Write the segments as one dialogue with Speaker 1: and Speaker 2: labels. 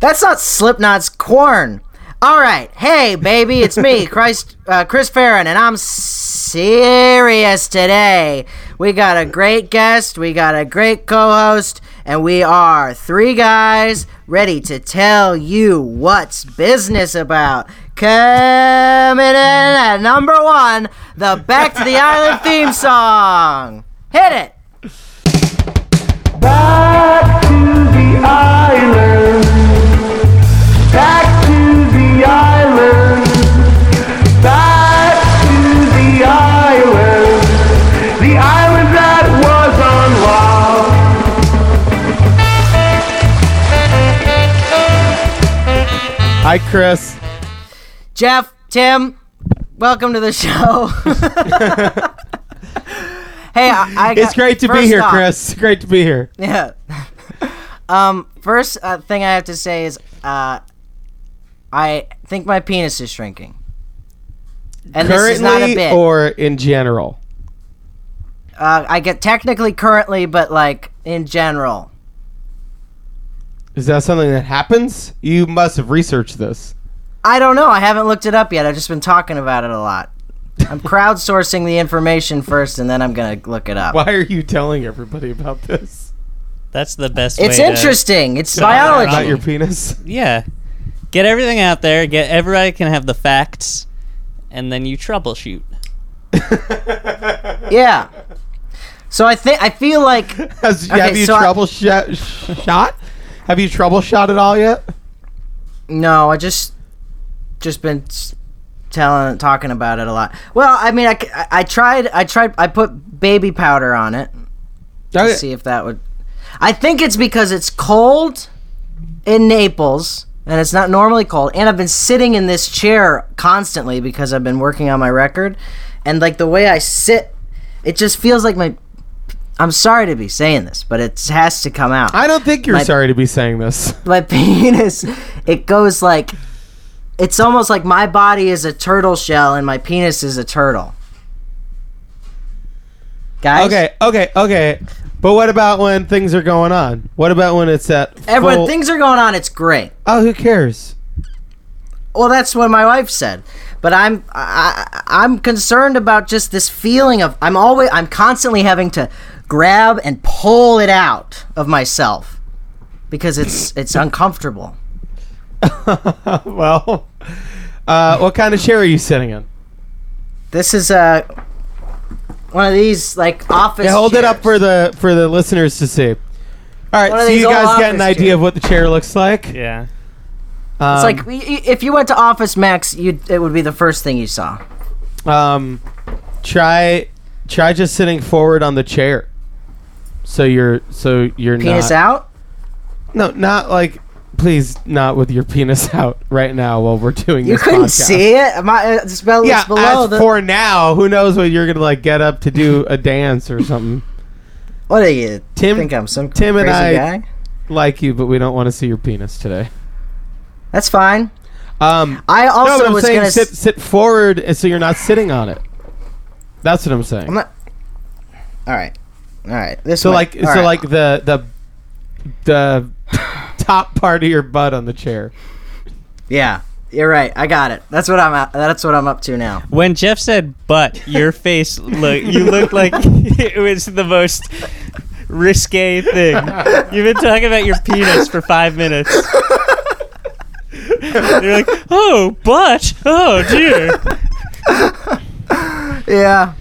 Speaker 1: That's not Slipknot's corn. All right, hey baby, it's me, Christ, uh, Chris Farron, and I'm serious today. We got a great guest, we got a great co-host, and we are three guys ready to tell you what's business about. Coming in at number one, the Back to the Island theme song. Hit it.
Speaker 2: Back to the island. Back to the island. Back to the island. The island that was unloved.
Speaker 3: Hi, Chris.
Speaker 1: Jeff, Tim, welcome to the show. hey, I, I got,
Speaker 3: It's great to be
Speaker 1: first
Speaker 3: here,
Speaker 1: off-
Speaker 3: Chris. Great to be here.
Speaker 1: Yeah. um, first uh, thing I have to say is, uh, I think my penis is shrinking. And this is not a
Speaker 3: Currently
Speaker 1: bit.
Speaker 3: or in general?
Speaker 1: uh, I get technically currently, but like in general.
Speaker 3: Is that something that happens? You must have researched this.
Speaker 1: I don't know. I haven't looked it up yet. I've just been talking about it a lot. I'm crowdsourcing the information first, and then I'm gonna look it up.
Speaker 3: Why are you telling everybody about this?
Speaker 4: That's the best
Speaker 1: It's
Speaker 4: way to-
Speaker 1: interesting. It's
Speaker 4: out
Speaker 1: biology.
Speaker 4: there.
Speaker 3: About your penis?
Speaker 4: yeah. Get everything out there. Get everybody can have the facts and then you troubleshoot.
Speaker 1: Yeah. So I think I feel like
Speaker 3: Has,
Speaker 1: Okay,
Speaker 3: have you
Speaker 1: so I-
Speaker 3: troubleshot? shot? Have you troubleshot at all yet?
Speaker 1: no, I just just been s- telling talking about it a lot. Well, I mean, I, c- I- I tried I tried I put baby powder on it
Speaker 3: Oh,
Speaker 1: to see if that would. I think it's because it's cold in Naples and it's not normally cold, and I've been sitting in this chair constantly because I've been working on my record, and like the way I sit, it just feels like my. I'm sorry to be saying this, but it has to come out.
Speaker 3: I don't think you're
Speaker 1: My-
Speaker 3: sorry to be saying this.
Speaker 1: my penis it goes like it's almost like my body is a turtle shell and my penis is a turtle guys
Speaker 3: Okay, okay, okay. But what about when things are going on? What about when it's at
Speaker 1: everyone
Speaker 3: full-
Speaker 1: things are going on it's great
Speaker 3: Oh, who cares?
Speaker 1: well that's what my wife said but i'm I, I- i'm concerned about just this feeling of i'm always i'm constantly having to grab and pull it out of myself because it's it's uncomfortable
Speaker 3: Well, uh, what kind of chair are you sitting in?
Speaker 1: this is uh one of these like office
Speaker 3: Yeah, hold it up
Speaker 1: chairs.
Speaker 3: for the for the listeners to see. All right,
Speaker 1: One of
Speaker 3: so
Speaker 1: these
Speaker 3: you
Speaker 1: old
Speaker 3: guys
Speaker 1: office
Speaker 3: got an idea of what the chair looks like.
Speaker 4: Yeah.
Speaker 3: Um,
Speaker 1: It's like y- y- if you went to Office Max, you it would be the first thing you saw.
Speaker 3: um, try try just sitting forward on the chair. So you're so you're
Speaker 1: Penis
Speaker 3: not,
Speaker 1: out.
Speaker 3: No, not like please not with your penis out right now while we're doing
Speaker 1: You
Speaker 3: this.
Speaker 1: couldn't
Speaker 3: podcast.
Speaker 1: see it. My it's, well,
Speaker 3: Yeah,
Speaker 1: it's below
Speaker 3: as
Speaker 1: the.
Speaker 3: for now, who knows when you're gonna like get up to do a dance or something.
Speaker 1: what are you?
Speaker 3: Tim-
Speaker 1: think I'm some
Speaker 3: Tim and
Speaker 1: crazy
Speaker 3: I-
Speaker 1: guy?
Speaker 3: like you, but we don't want to see your penis today.
Speaker 1: That's fine.
Speaker 3: Um,
Speaker 1: I
Speaker 3: no,
Speaker 1: also
Speaker 3: but I'm
Speaker 1: was
Speaker 3: saying
Speaker 1: gonna.
Speaker 3: sit
Speaker 1: s-
Speaker 3: sit forward, and so you're not sitting on it. That's what I'm saying.
Speaker 1: I'm not. All right, all right. This
Speaker 3: so
Speaker 1: way.
Speaker 3: like so
Speaker 1: All right.
Speaker 3: like the the the top part of your butt on the chair.
Speaker 1: yeah. You're right. I got it. That's what I'm. At, that's what I'm up to now.
Speaker 4: When Jeff said "but," your face look you looked like it was the most risque thing. You've been talking about your penis for five minutes. You're like, oh, but, oh dear.
Speaker 1: Yeah.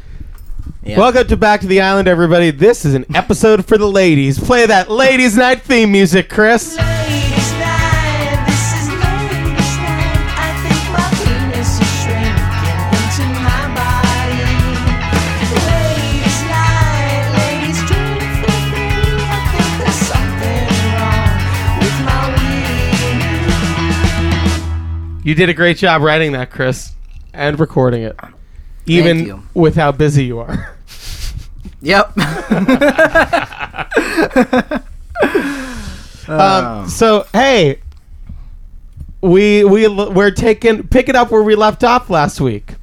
Speaker 1: Yeah.
Speaker 3: Welcome to Back to the Island, everybody. This is an episode for the ladies. Play that ladies' night theme music, Chris.
Speaker 5: Ladies' night, this is ladies' night. I think my penis is shrinking into my body. Ladies' night, ladies dream for me. I think there's something wrong with my wig.
Speaker 3: You did a great job writing that, Chris, and recording it, even
Speaker 1: you.
Speaker 3: with how busy you are.
Speaker 1: Yep. Oh.
Speaker 3: Um, so hey, we we l- we're taking pick it up where we left off last week.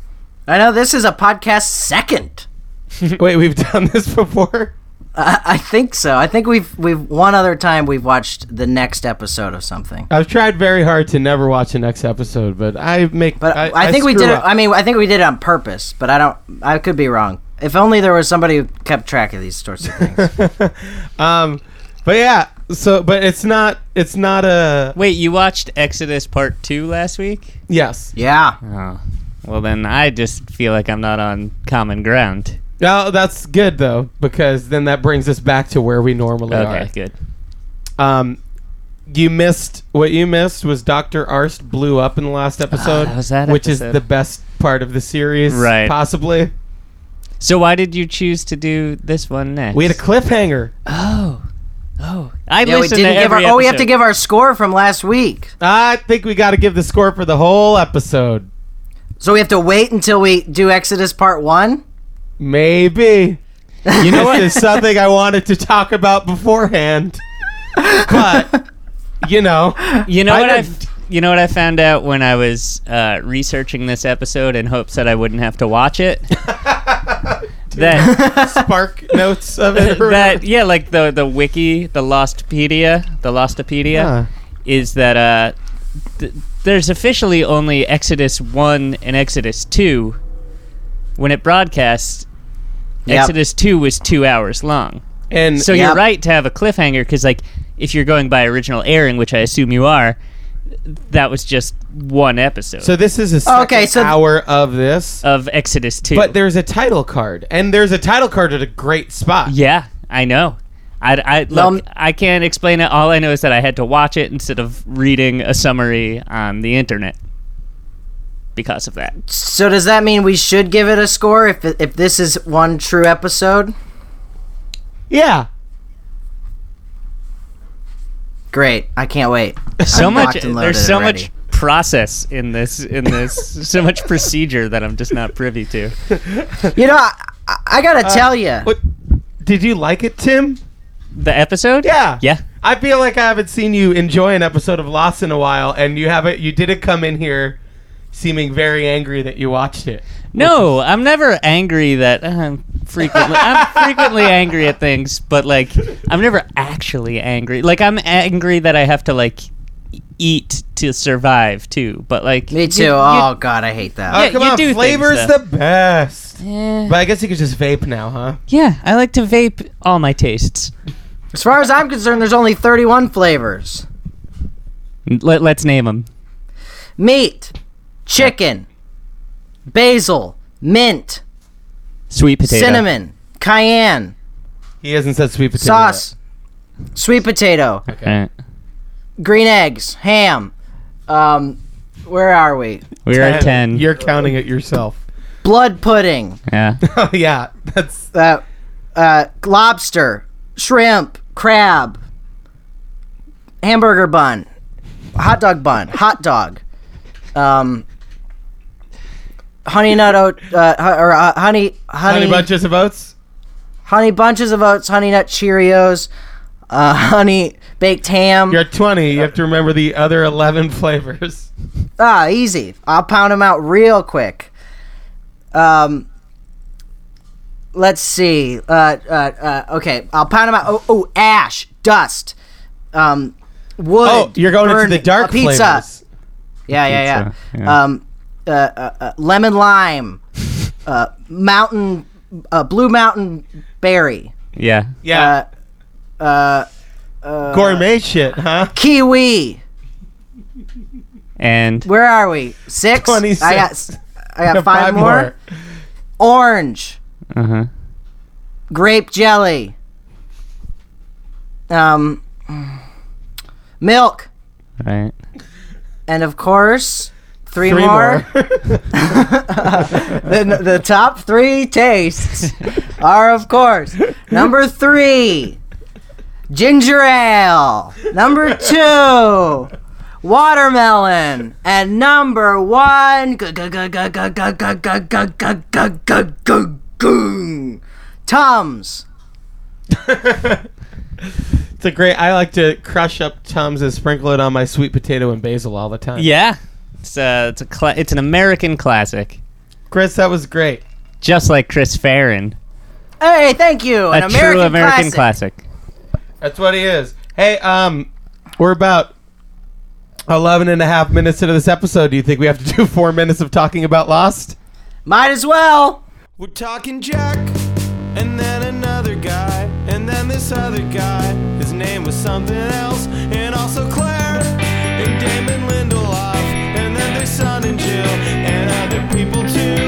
Speaker 1: I know this is a podcast second.
Speaker 3: Wait, we've done this before.
Speaker 1: I, I think so. I think we've we've one other time we've watched the next episode of something.
Speaker 3: I've tried very hard to never watch the next episode, but I make.
Speaker 1: But I, think we
Speaker 3: screw
Speaker 1: did it.
Speaker 3: up.
Speaker 1: I mean, I think we did it on purpose. But I don't. I could be wrong. If only there was somebody who kept track of these sorts of things.
Speaker 3: um, but yeah. So, but it's not. It's not a
Speaker 4: Wait, you watched Exodus Part Two last week?
Speaker 3: yes.
Speaker 1: yeah.
Speaker 4: Oh, well then I just feel like I'm not on common ground.
Speaker 3: No, that's good though because then that brings us back to where we normally
Speaker 4: Okay, good.
Speaker 3: are. Um, you missed what you missed was Doctor Arst blew up in the last episode,
Speaker 4: Ah, that was that
Speaker 3: which is
Speaker 4: episode.
Speaker 3: the best part of the series,
Speaker 4: Right.
Speaker 3: Possibly.
Speaker 4: So why did you choose to do this one next?
Speaker 3: We had a cliffhanger.
Speaker 4: oh, oh. I
Speaker 1: Yeah, we
Speaker 4: listened
Speaker 1: didn't
Speaker 4: to
Speaker 1: give our.
Speaker 4: every
Speaker 1: Oh, we have to
Speaker 4: episode.
Speaker 1: give our score from last week.
Speaker 3: I think we got to give the score for the whole episode.
Speaker 1: So we have to wait until we do Exodus Part One.
Speaker 3: Maybe. You know what? It's something I wanted to talk about beforehand. But, you know,
Speaker 4: You know
Speaker 3: I
Speaker 4: what I?
Speaker 3: didn't.
Speaker 4: You know what I found out when I was uh, researching this episode in hopes that I wouldn't have to watch it. that
Speaker 3: spark notes of it. or
Speaker 4: that yeah, like the the wiki, the Lostpedia, the Lostopedia,
Speaker 3: Huh.
Speaker 4: is that uh, th- there's officially only Exodus one and Exodus two. When it broadcasts,
Speaker 1: Yep.
Speaker 4: Exodus two was two hours long.
Speaker 3: And
Speaker 4: So
Speaker 1: Yeah.
Speaker 4: you're right to have a cliffhanger because, like, if you're going by original airing, which I assume you are, that was just one episode
Speaker 3: so this is a second
Speaker 1: Okay, so-
Speaker 3: hour of this.
Speaker 4: of Exodus Two.
Speaker 3: But there's a title card. And there's a title card at a great spot.
Speaker 4: yeah, I know. I, I look.
Speaker 1: Um,
Speaker 4: I can't explain it. All I know is that I had to watch it instead of reading a summary on the internet because of that.
Speaker 1: So does that mean we should give it a score if if this is one true episode?
Speaker 3: Yeah.
Speaker 1: Great. I can't wait.
Speaker 4: So
Speaker 1: I'm
Speaker 4: much.
Speaker 1: locked and loaded
Speaker 4: There's so
Speaker 1: already.
Speaker 4: much process in this. In this, so much procedure that I'm just not privy to.
Speaker 1: You know, I, I- I gotta tell you.
Speaker 3: What? Did you like it, Tim?
Speaker 4: The episode.
Speaker 3: Yeah.
Speaker 4: Yeah.
Speaker 3: I feel like I haven't seen you enjoy an episode of Lost in a while, and you haven't. You didn't come in here seeming very angry that you watched it.
Speaker 4: No, I'm never angry that uh, I'm frequently I'm frequently angry at things, but like I'm never actually angry. Like I'm angry that I have to like e- eat to survive too. But like
Speaker 1: Me too.
Speaker 4: you- you-
Speaker 1: oh God, I hate that.
Speaker 3: Oh,
Speaker 4: Yeah,
Speaker 3: come
Speaker 4: you
Speaker 3: on.
Speaker 4: do things,
Speaker 3: Flavor's
Speaker 4: though.
Speaker 3: the best.
Speaker 4: Eh,
Speaker 3: But I guess you could just vape now, huh?
Speaker 4: yeah, I like to vape all my tastes.
Speaker 1: As far as I'm concerned, there's only 31 flavors:
Speaker 4: Let, let's name them.
Speaker 1: meat, chicken, basil, mint,
Speaker 4: Sweet potato.
Speaker 1: cinnamon, cayenne,
Speaker 3: He hasn't said sweet potato. yet.
Speaker 1: sauce, sweet potato,
Speaker 4: Okay.
Speaker 1: green eggs, ham. Um, where are we?
Speaker 4: We are at 10.
Speaker 3: You're counting it yourself.
Speaker 1: Blood pudding,
Speaker 4: yeah.
Speaker 3: oh yeah, that's
Speaker 1: uh, uh, lobster, shrimp, crab, hamburger bun, hot dog bun, hot dog, um, honey nut oat, uh, hu- or uh, honey, honey,
Speaker 3: honey bunches of oats.
Speaker 1: honey bunches of oats, honey nut Cheerios, uh, honey baked ham.
Speaker 3: You're at 20. You have to remember the other 11 flavors.
Speaker 1: Ah, easy. I'll pound them out real quick. Um, let's see. Uh, uh, uh, okay, I'll pound them out. Oh, oh ash, dust, um, wood.
Speaker 3: Oh, you're going into
Speaker 1: burning,
Speaker 3: the dark
Speaker 1: a pizza.
Speaker 3: flavors.
Speaker 1: Yeah, yeah, yeah.
Speaker 4: Pizza, yeah.
Speaker 1: Um, uh, uh, uh, lemon lime, uh, mountain, uh, blue mountain berry,
Speaker 4: Yeah.
Speaker 3: Yeah,
Speaker 1: uh,
Speaker 3: gourmet shit, huh?
Speaker 1: kiwi.
Speaker 4: And
Speaker 1: Where are we? Six. I got. s-
Speaker 3: 26.
Speaker 1: I got five, more. Orange.
Speaker 4: uh-huh.
Speaker 1: grape jelly, um, milk,
Speaker 4: Right.
Speaker 1: and of course, three,
Speaker 3: Three
Speaker 1: more.
Speaker 3: more.
Speaker 1: the, the top three tastes are, of course, number three, ginger ale, number two, watermelon, and number one, gu- gu- gu- gu- gu- gu- gu- gu- gu- gu- gu- gu- gu- gung, Tums.
Speaker 3: It's a great. I like to crush up tums and sprinkle it on my sweet potato and basil all the time.
Speaker 4: Yeah. It's a, it's a cla it's an American classic.
Speaker 3: Chris, that was great.
Speaker 4: Just like Chris Farron.
Speaker 1: Hey, thank you. An
Speaker 4: a
Speaker 1: American
Speaker 4: true American
Speaker 1: classic.
Speaker 4: classic.
Speaker 3: That's what he is. Hey, um, we're about 11 and a half minutes into this episode. Do you think we have to do four minutes of talking about Lost?
Speaker 1: Might as well.
Speaker 6: We're talking Jack, and then another guy, and then this other guy. His name was something else, and also Claire, and Damon Lindelof, and then their son and Jill, and other people too.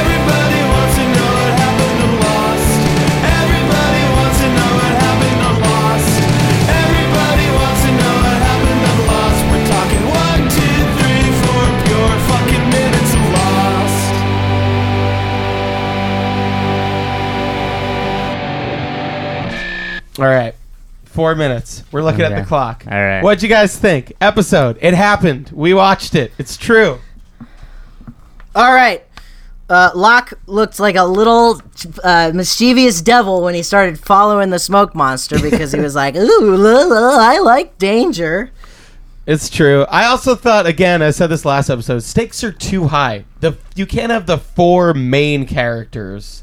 Speaker 6: Everybody wants to know what happened to Lost. Everybody wants to know what happened to Lost. Everybody wants to know what happened to Lost. We're talking one, two, three, four pure fucking minutes of Lost.
Speaker 3: All right. Four minutes. We're looking at
Speaker 4: Okay.
Speaker 3: the clock.
Speaker 4: All right.
Speaker 3: What'd you guys think? Episode. It happened. We watched it. It's true.
Speaker 1: All right. Uh, Locke looked like a little uh, mischievous devil when he started following the smoke monster because he was like, "Ooh, la, la, I like danger."
Speaker 3: It's true. I also thought again. I said this last episode. Stakes are too high. The you can't have the four main characters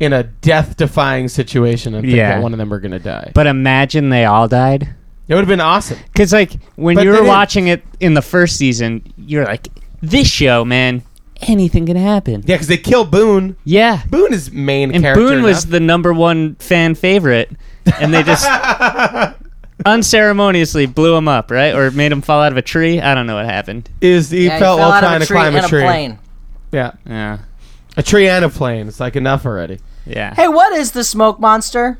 Speaker 3: in a death-defying situation and think
Speaker 4: Yeah.
Speaker 3: that one of them are gonna die.
Speaker 4: But imagine they all died.
Speaker 3: it would have been awesome.
Speaker 4: Because like when
Speaker 3: But
Speaker 4: you
Speaker 3: they
Speaker 4: were
Speaker 3: didn't.
Speaker 4: watching it in the first season, you're like, this show, man, anything can happen.
Speaker 3: Yeah, because they kill Boone.
Speaker 4: Yeah.
Speaker 3: Boone is main
Speaker 4: And
Speaker 3: character.
Speaker 4: Boone was
Speaker 3: enough.
Speaker 4: the number one fan favorite, and they just unceremoniously blew him up, right? Or made him fall out of a tree. I don't know what happened.
Speaker 3: is he
Speaker 1: Yeah,
Speaker 3: fell, while trying to climb a
Speaker 1: and
Speaker 3: tree.
Speaker 1: a plane.
Speaker 3: Yeah,
Speaker 4: Yeah.
Speaker 3: a tree and a plane. It's like enough already.
Speaker 4: Yeah.
Speaker 1: Hey, what is the smoke monster?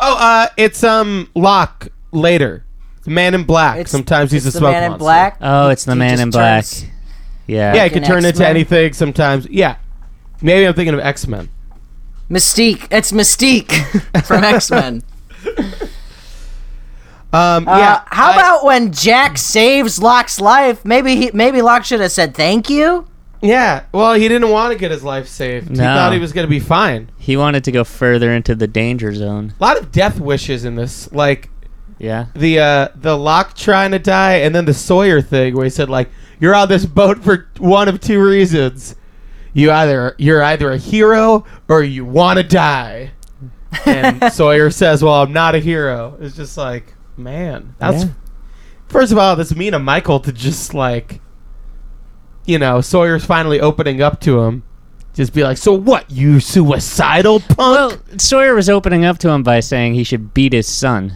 Speaker 3: Oh, uh, it's um Locke later. It's the Man in Black.
Speaker 1: It's-
Speaker 3: Sometimes he's
Speaker 1: it's
Speaker 3: a
Speaker 1: the
Speaker 3: smoke
Speaker 1: man in
Speaker 3: monster.
Speaker 1: black.
Speaker 4: Oh, it's the
Speaker 1: He
Speaker 4: man
Speaker 1: just
Speaker 4: in black.
Speaker 1: turns-
Speaker 4: Yeah.
Speaker 3: Yeah, it
Speaker 1: Like
Speaker 3: could
Speaker 1: an
Speaker 3: turn into
Speaker 1: X-Men?
Speaker 3: anything. Sometimes, yeah. Maybe I'm thinking of X Men.
Speaker 1: Mystique. It's Mystique from X Men.
Speaker 3: Um,
Speaker 1: yeah.
Speaker 3: yeah.
Speaker 1: Uh, How
Speaker 3: I-
Speaker 1: about when Jack saves Locke's life? Maybe he, maybe Locke should have said thank you.
Speaker 3: Yeah, well, he didn't want to get his life saved. He
Speaker 4: No.
Speaker 3: thought he was going to be fine.
Speaker 4: He wanted to go further into the danger zone.
Speaker 3: A lot of death wishes in this, like
Speaker 4: Yeah.
Speaker 3: the uh the Locke trying to die, and then the Sawyer thing where he said like, "You're on this boat for one of two reasons: you either you're either a hero or you want to die." And Sawyer says, "Well, I'm not a hero." It's just like, man, that's
Speaker 4: Yeah.
Speaker 3: first of all, that's mean of Michael to just like, you know, Sawyer's finally opening up to him. Just be like, so what? You suicidal punk?
Speaker 4: Well, Sawyer was opening up to him by saying he should beat his son.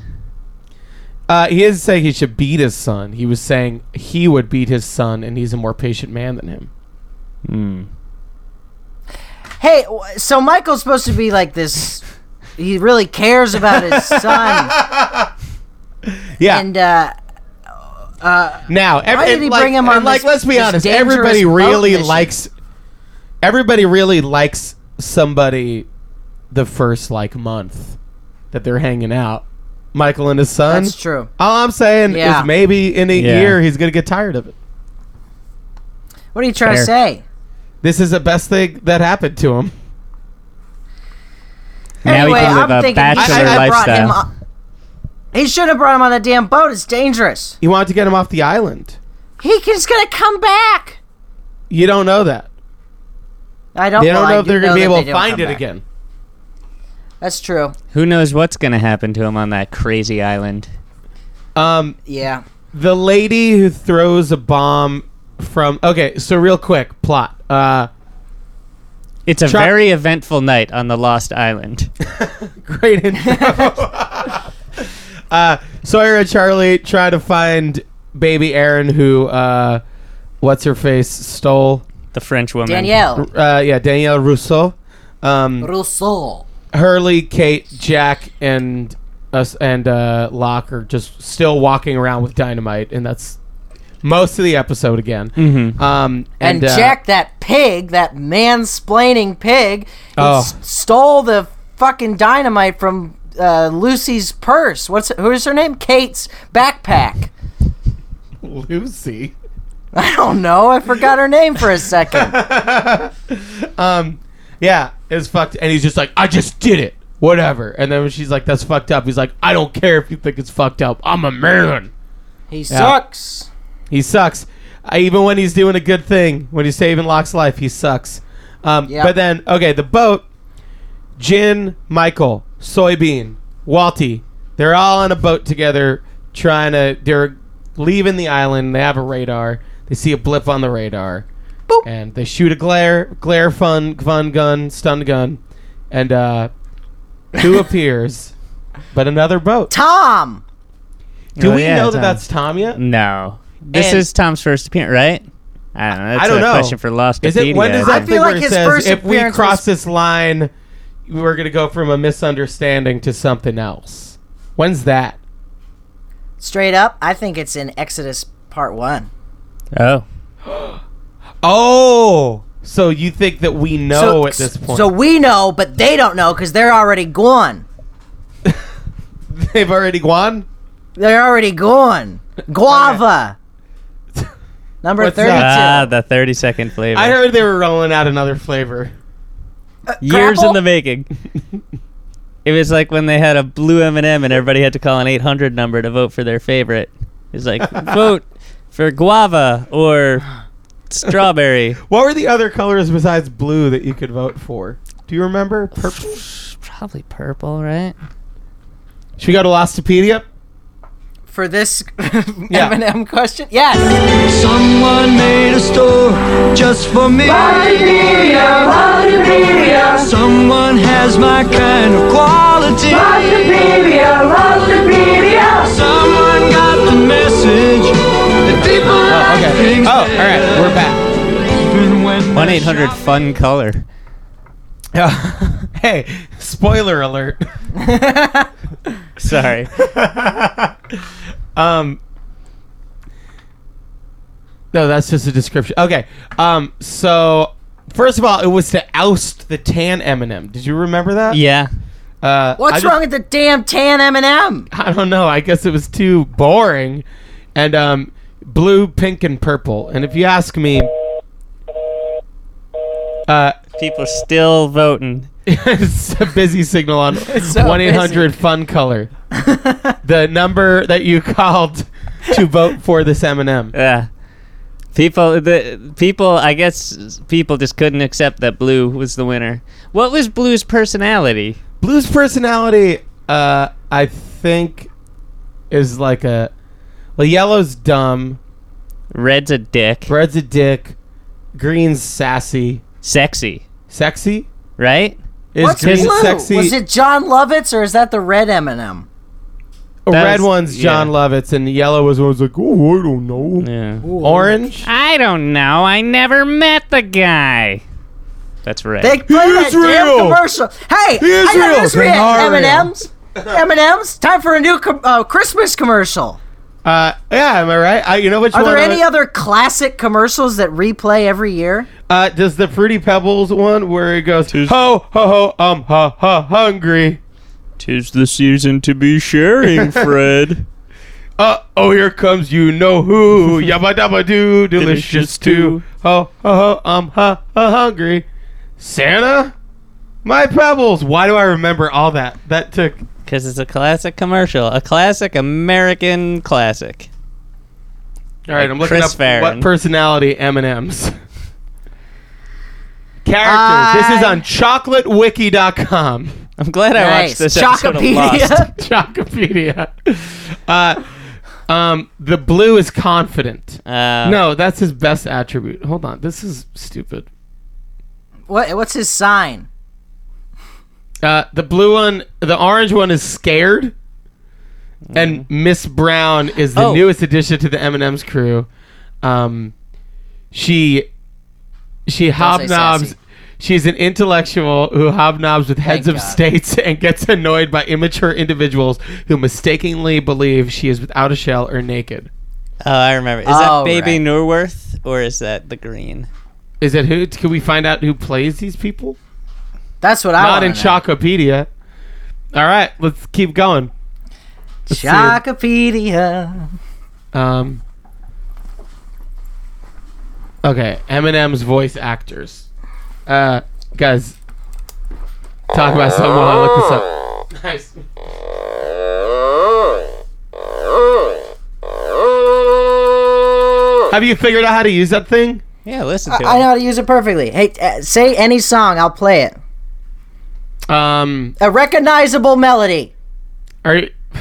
Speaker 3: Uh, he isn't saying he should beat his son. He was saying he would beat his son, and he's a more patient man than him.
Speaker 4: Hmm.
Speaker 1: Hey, w- so Michael's supposed to be like this. He really cares about his son,
Speaker 3: Yeah.
Speaker 1: and uh,
Speaker 3: now, ev-
Speaker 1: Why did
Speaker 3: and
Speaker 1: he
Speaker 3: like,
Speaker 1: bring him
Speaker 3: and
Speaker 1: on
Speaker 3: like,
Speaker 1: this-
Speaker 3: let's be
Speaker 1: this
Speaker 3: honest.
Speaker 1: dangerous
Speaker 3: Everybody
Speaker 1: boat
Speaker 3: really
Speaker 1: mission?
Speaker 3: likes. Everybody really likes somebody, the first like month, that they're hanging out. Michael and his son.
Speaker 1: that's true.
Speaker 3: All I'm saying
Speaker 1: Yeah.
Speaker 3: is maybe in a
Speaker 4: Yeah.
Speaker 3: year he's gonna get tired of it.
Speaker 1: What are you trying to
Speaker 4: Fair.
Speaker 1: say?
Speaker 3: This is the best thing that happened to him.
Speaker 4: now he
Speaker 1: Anyway,
Speaker 4: can live
Speaker 1: I'm
Speaker 4: a
Speaker 1: thinking he
Speaker 4: bachelor
Speaker 1: should have brought him
Speaker 4: lifestyle.
Speaker 1: on- He should have brought him on that damn boat. It's dangerous.
Speaker 3: He wanted to get him off the island.
Speaker 1: He He's gonna come back.
Speaker 3: You don't know that.
Speaker 1: I don't.
Speaker 3: They don't
Speaker 1: Oh, well, I
Speaker 3: know if
Speaker 1: do
Speaker 3: they're gonna
Speaker 1: know
Speaker 3: be
Speaker 1: that
Speaker 3: able
Speaker 1: they
Speaker 3: to
Speaker 1: don't
Speaker 3: find
Speaker 1: come
Speaker 3: it
Speaker 1: back.
Speaker 3: again.
Speaker 1: That's true.
Speaker 4: Who knows what's going to happen to him on that crazy island?
Speaker 3: Um,
Speaker 1: Yeah.
Speaker 3: the lady who throws a bomb from okay so real quick plot uh
Speaker 4: It's a
Speaker 3: Try-
Speaker 4: very eventful night on the Lost Island.
Speaker 3: great intro uh sawyer and charlie try to find baby aaron who uh what's her face stole
Speaker 4: The French woman.
Speaker 1: Danielle
Speaker 3: uh yeah danielle rousseau um
Speaker 1: Rousseau.
Speaker 3: hurley kate jack and us and uh locke are just still walking around with dynamite and that's most of the episode again um
Speaker 1: Mm-hmm. and,
Speaker 3: uh,
Speaker 1: Jack, that pig, that mansplaining pig, he
Speaker 3: Oh.
Speaker 1: s- stole the fucking dynamite from uh, Lucy's purse. What's who's her name? Kate's backpack.
Speaker 3: lucy
Speaker 1: I don't know. I forgot her name for a second.
Speaker 3: Yeah, it's fucked. And he's just like, I just did it. Whatever. And then when she's like, that's fucked up, he's like, I don't care if you think it's fucked up. I'm a man.
Speaker 1: He sucks.
Speaker 3: Uh, He sucks. I, even when he's doing a good thing, when he's saving Locke's life, he sucks. Um,
Speaker 1: Yeah.
Speaker 3: But then, okay, the boat, Jin, Michael, Soybean, Walty, they're all on a boat together trying to, they're leaving the island. They have a radar. They see a blip on the radar. And they shoot a glare, glare fun, fun gun, stun gun. And uh, who appears? But another boat.
Speaker 1: Tom.
Speaker 3: Do
Speaker 4: Oh,
Speaker 3: we
Speaker 4: yeah,
Speaker 3: know that
Speaker 4: Tom.
Speaker 3: that's Tom yet?
Speaker 4: No. This
Speaker 3: And-
Speaker 4: is Tom's first appearance, right? I don't know. That's
Speaker 3: I don't
Speaker 4: a
Speaker 3: know.
Speaker 4: question for Lost.
Speaker 3: Is it when does
Speaker 1: I
Speaker 3: that
Speaker 1: feel
Speaker 3: thing
Speaker 1: like
Speaker 3: where it
Speaker 1: his
Speaker 3: says
Speaker 1: first
Speaker 3: if we
Speaker 1: appearance
Speaker 3: cross
Speaker 1: was-
Speaker 3: this line, we're gonna go from a misunderstanding to something else? When's that?
Speaker 1: Straight up, I think it's in Exodus Part One.
Speaker 4: Oh.
Speaker 3: Oh, so you think that we know at this point?
Speaker 1: so
Speaker 3: So
Speaker 1: we know, but they don't know because they're already gone.
Speaker 3: they've already gone.
Speaker 1: They're already gone. Guava. Number
Speaker 3: What's that?
Speaker 1: thirty-two.
Speaker 4: Ah, the 30 second flavor.
Speaker 3: I heard they were rolling out another flavor.
Speaker 4: Years
Speaker 1: Crapple?
Speaker 4: in the making. it was like when they had a blue M&M and everybody had to call an 800 number to vote for their favorite. It's like vote for guava or strawberry.
Speaker 3: What were the other colors besides blue that you could vote for? Do you remember? Purple.
Speaker 4: Probably purple, right?
Speaker 3: Should we go to Lostopedia?
Speaker 1: For this
Speaker 3: Yeah.
Speaker 1: Eminem question, yes.
Speaker 7: Someone made a store just for me. Someone has my kind of quality. Someone got the message that people like
Speaker 3: Okay.
Speaker 7: things
Speaker 3: Oh, all right. We're back.
Speaker 7: even when they're
Speaker 4: 1 800
Speaker 7: shopping.
Speaker 4: fun color.
Speaker 3: hey, spoiler alert.
Speaker 4: Sorry.
Speaker 3: Um, no, that's just a description. Okay. Um, so first of all, it was to oust the tan Eminem. Did you remember that?
Speaker 4: yeah.
Speaker 3: Uh,
Speaker 1: What's
Speaker 3: I just-
Speaker 1: wrong with the damn tan Eminem?
Speaker 3: I don't know. I guess it was too boring. And um, blue, pink, and purple. And if you ask me, uh,
Speaker 4: People still voting.
Speaker 3: it's a busy signal on
Speaker 1: so
Speaker 3: one eight hundred fun color. the number that you called to vote for this Eminem.
Speaker 4: Yeah. People, the people, I guess people just couldn't accept that Blue was the winner. What was Blue's personality?
Speaker 3: Blue's personality, uh, I think, is like a. Well, yellow's dumb,
Speaker 4: Red's a dick,
Speaker 3: red's a dick, green's sassy,
Speaker 4: sexy,
Speaker 3: sexy.
Speaker 4: right?
Speaker 3: Is
Speaker 1: What's
Speaker 3: green
Speaker 1: blue?
Speaker 3: sexy?
Speaker 1: Was it John Lovitz or is that the red Eminem?
Speaker 3: Red
Speaker 4: That's-
Speaker 3: one's John
Speaker 4: yeah.
Speaker 3: Lovitz, and the yellow was always like, oh, I don't know.
Speaker 4: Yeah.
Speaker 3: Orange.
Speaker 4: I don't know. I never met the guy. That's Red.
Speaker 1: They play that
Speaker 3: Israel!
Speaker 1: damn commercial. Hey, I
Speaker 3: Israel!
Speaker 1: got Israel
Speaker 3: Denario.
Speaker 1: M&Ms. M&Ms. Time for a new com- uh, Christmas commercial.
Speaker 3: Uh, yeah, am I right? I, you know which
Speaker 1: Are
Speaker 3: one?
Speaker 1: there
Speaker 3: I-
Speaker 1: any other classic commercials that replay every year?
Speaker 3: uh, does the Fruity Pebbles one where it goes, ho ho ho, um ha ha, hungry.
Speaker 4: Tis the season to be sharing, Fred.
Speaker 3: Uh oh, here comes you know who. Yabba dabba doo, delicious
Speaker 4: Delicious
Speaker 3: too.
Speaker 4: too.
Speaker 3: Ho ho ho, I'm ha ha hungry. Santa, my pebbles. Why do I remember all that? That took.
Speaker 4: Because it's a classic commercial, a classic American classic.
Speaker 3: All right, I'm looking
Speaker 4: Chris
Speaker 3: up what
Speaker 4: Farron.
Speaker 3: personality M&Ms. Characters. This is
Speaker 1: I-
Speaker 3: on chocolatewiki.com.
Speaker 4: I'm glad I watched this episode of Lost.
Speaker 1: Chocopedia.
Speaker 3: Chocopedia. Uh, um, the blue is confident.
Speaker 4: Uh,
Speaker 3: No, that's his best attribute. Hold on, this is stupid.
Speaker 1: what, what's his sign?
Speaker 3: Uh, the blue one, the orange one is scared, and
Speaker 1: Mm-hmm.
Speaker 3: Miss Brown is the
Speaker 4: Oh.
Speaker 3: newest addition to the M&M's crew. Um, she she hobnobs.
Speaker 1: sassy.
Speaker 3: She's an intellectual who hobnobs with heads
Speaker 1: Thank
Speaker 3: of
Speaker 1: God.
Speaker 3: states and gets annoyed by immature individuals who mistakenly believe she is without a shell or naked.
Speaker 4: Oh, I remember. Is
Speaker 1: Oh,
Speaker 4: that Baby
Speaker 1: right.
Speaker 4: Norworth or is that the green?
Speaker 3: Is it who? Can we find out who plays these people?
Speaker 1: That's what I
Speaker 3: Not
Speaker 1: want.
Speaker 3: in Chocopedia. All right, let's keep going. see.
Speaker 1: Chocopedia.
Speaker 3: Um. Okay, Eminem's voice actors. Uh, guys, talk about something while I look this up. Nice. Have you figured out how to use that thing?
Speaker 4: Yeah, listen to it.
Speaker 1: I know how to use it perfectly. Hey, uh, say any song, I'll play it.
Speaker 3: Um,
Speaker 1: A recognizable melody.
Speaker 3: are you,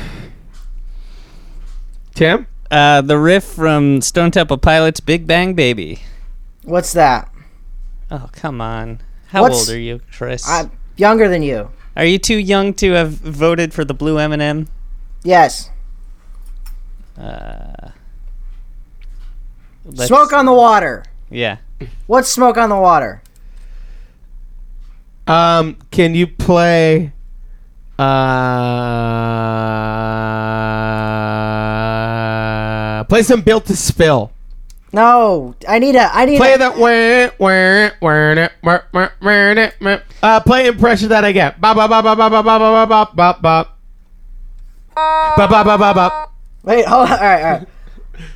Speaker 3: Tim?
Speaker 4: Uh, the riff from Stone Temple Pilots' "Big Bang Baby."
Speaker 1: What's that?
Speaker 4: Oh, come on. How
Speaker 1: What's-
Speaker 4: old are you, Chris?
Speaker 1: I'm younger than you.
Speaker 4: Are you too young to have voted for the blue M&M?
Speaker 1: Yes.
Speaker 4: Uh, let's-
Speaker 1: Smoke on the water.
Speaker 4: Yeah.
Speaker 1: What's smoke on the water?
Speaker 3: Um, can you play? Uh, play some "Built to Spill."
Speaker 1: No, I need a. I need.
Speaker 3: Play
Speaker 1: a,
Speaker 3: that. wah, wah, wah, wah, wah, wah, wah. Uh, play impression that I get. Bop, bop, bop, bop, bop, bop, bop, bop, bop, bop. Bop, bop, bop, bop, bop.
Speaker 1: Wait, hold on. All right, all right.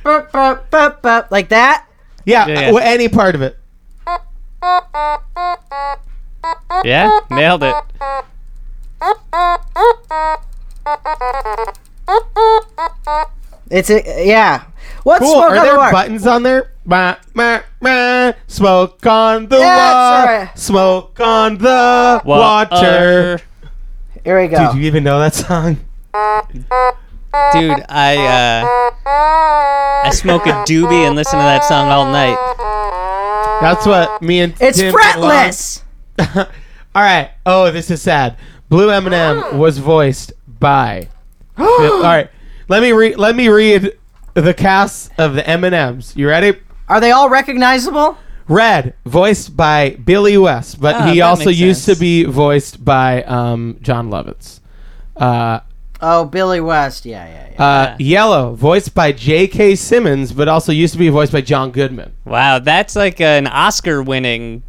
Speaker 1: Bup, bup, bup, bup. like that.
Speaker 3: Yeah,
Speaker 4: Yeah, yeah.
Speaker 3: w- any part of it.
Speaker 4: Yeah? Nailed it.
Speaker 1: It's a yeah. What's
Speaker 3: Cool.
Speaker 1: smoke
Speaker 3: Are
Speaker 1: on
Speaker 3: there
Speaker 1: the water?
Speaker 3: buttons on there? Bah, bah, bah. Smoke on the
Speaker 1: Yeah,
Speaker 3: water.
Speaker 1: it's alright.
Speaker 3: Smoke on the water.
Speaker 4: Water.
Speaker 1: Here we go.
Speaker 3: Dude, you even know that song?
Speaker 4: Dude, I uh, I smoke a doobie and listen to that song all night.
Speaker 3: That's what me and
Speaker 1: it's
Speaker 3: Tim
Speaker 1: fretless.
Speaker 3: All right. Oh, this is sad. Blue
Speaker 4: Oh.
Speaker 3: Eminem was voiced by. All right. Let me read. Let me read the cast of the Eminems. You ready?
Speaker 1: Are they all recognizable?
Speaker 3: Red, voiced by Billy West, but
Speaker 4: Ah,
Speaker 3: he
Speaker 4: that
Speaker 3: also
Speaker 4: makes
Speaker 3: used
Speaker 4: sense.
Speaker 3: to be voiced by um, John Lovitz. Uh,
Speaker 1: Oh, Billy West. Yeah, yeah, yeah.
Speaker 3: uh, Yellow, voiced by J.K. Simmons, but also used to be voiced by John Goodman.
Speaker 4: Wow, that's like an Oscar-winning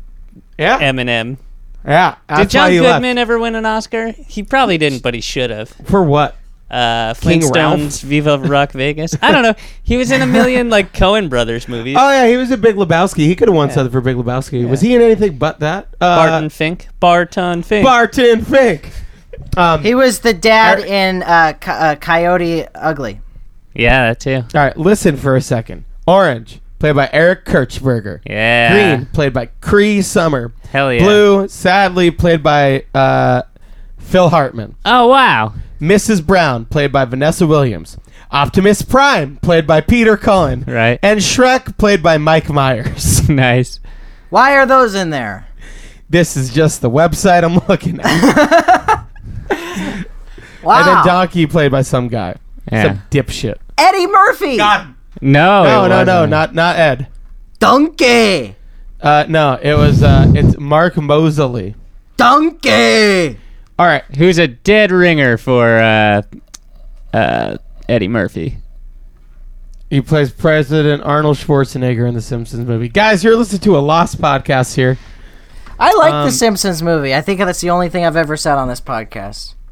Speaker 3: Yeah,
Speaker 4: M&M.
Speaker 3: yeah.
Speaker 4: Did
Speaker 3: that's why
Speaker 4: John
Speaker 3: he left.
Speaker 4: Goodman ever win an Oscar? He probably didn't, but he should have.
Speaker 3: for what?
Speaker 4: Uh,
Speaker 3: King Ralph?
Speaker 4: Flintstones, Viva Rock Vegas. I don't know. He was in a million like Cohen Brothers movies.
Speaker 3: Oh yeah, he was a Big Lebowski. He could have won something for Big Lebowski. Was he in anything but that? Uh,
Speaker 4: Barton Fink. Barton Fink.
Speaker 3: Barton Fink. Um,
Speaker 1: he was the dad
Speaker 3: Er-
Speaker 1: in uh, Co- uh, Coyote Ugly.
Speaker 4: yeah, that too.
Speaker 3: all right, listen for a second. Orange, played by Eric Kirchberger.
Speaker 4: Yeah.
Speaker 3: Green, played by Cree Summer.
Speaker 4: Hell yeah.
Speaker 3: Blue, sadly, played by uh, Phil Hartman.
Speaker 4: Oh wow.
Speaker 3: Mrs. Brown, played by Vanessa Williams. Optimus Prime, played by Peter Cullen.
Speaker 4: Right.
Speaker 3: And Shrek, played by Mike Myers.
Speaker 4: nice.
Speaker 1: Why are those in there?
Speaker 3: this is just the website I'm looking at.
Speaker 1: Wow.
Speaker 4: Ah.
Speaker 3: and then Donkey, played by some guy.
Speaker 4: Yeah.
Speaker 3: Some dipshit.
Speaker 1: Eddie Murphy.
Speaker 4: No.
Speaker 3: No,
Speaker 4: it
Speaker 3: Oh, no, no,
Speaker 4: wasn't.
Speaker 3: not not Ed.
Speaker 1: Donkey.
Speaker 3: Uh, no, it was uh, it's Mark Mosley.
Speaker 1: Donkey.
Speaker 3: All right,
Speaker 4: Who's a dead ringer for uh, uh, Eddie Murphy?
Speaker 3: he plays President Arnold Schwarzenegger in the Simpsons movie. Guys, you're listening to a Lost podcast here.
Speaker 1: I like
Speaker 3: Um,
Speaker 1: the Simpsons movie. I think that's the only thing I've ever said on this podcast.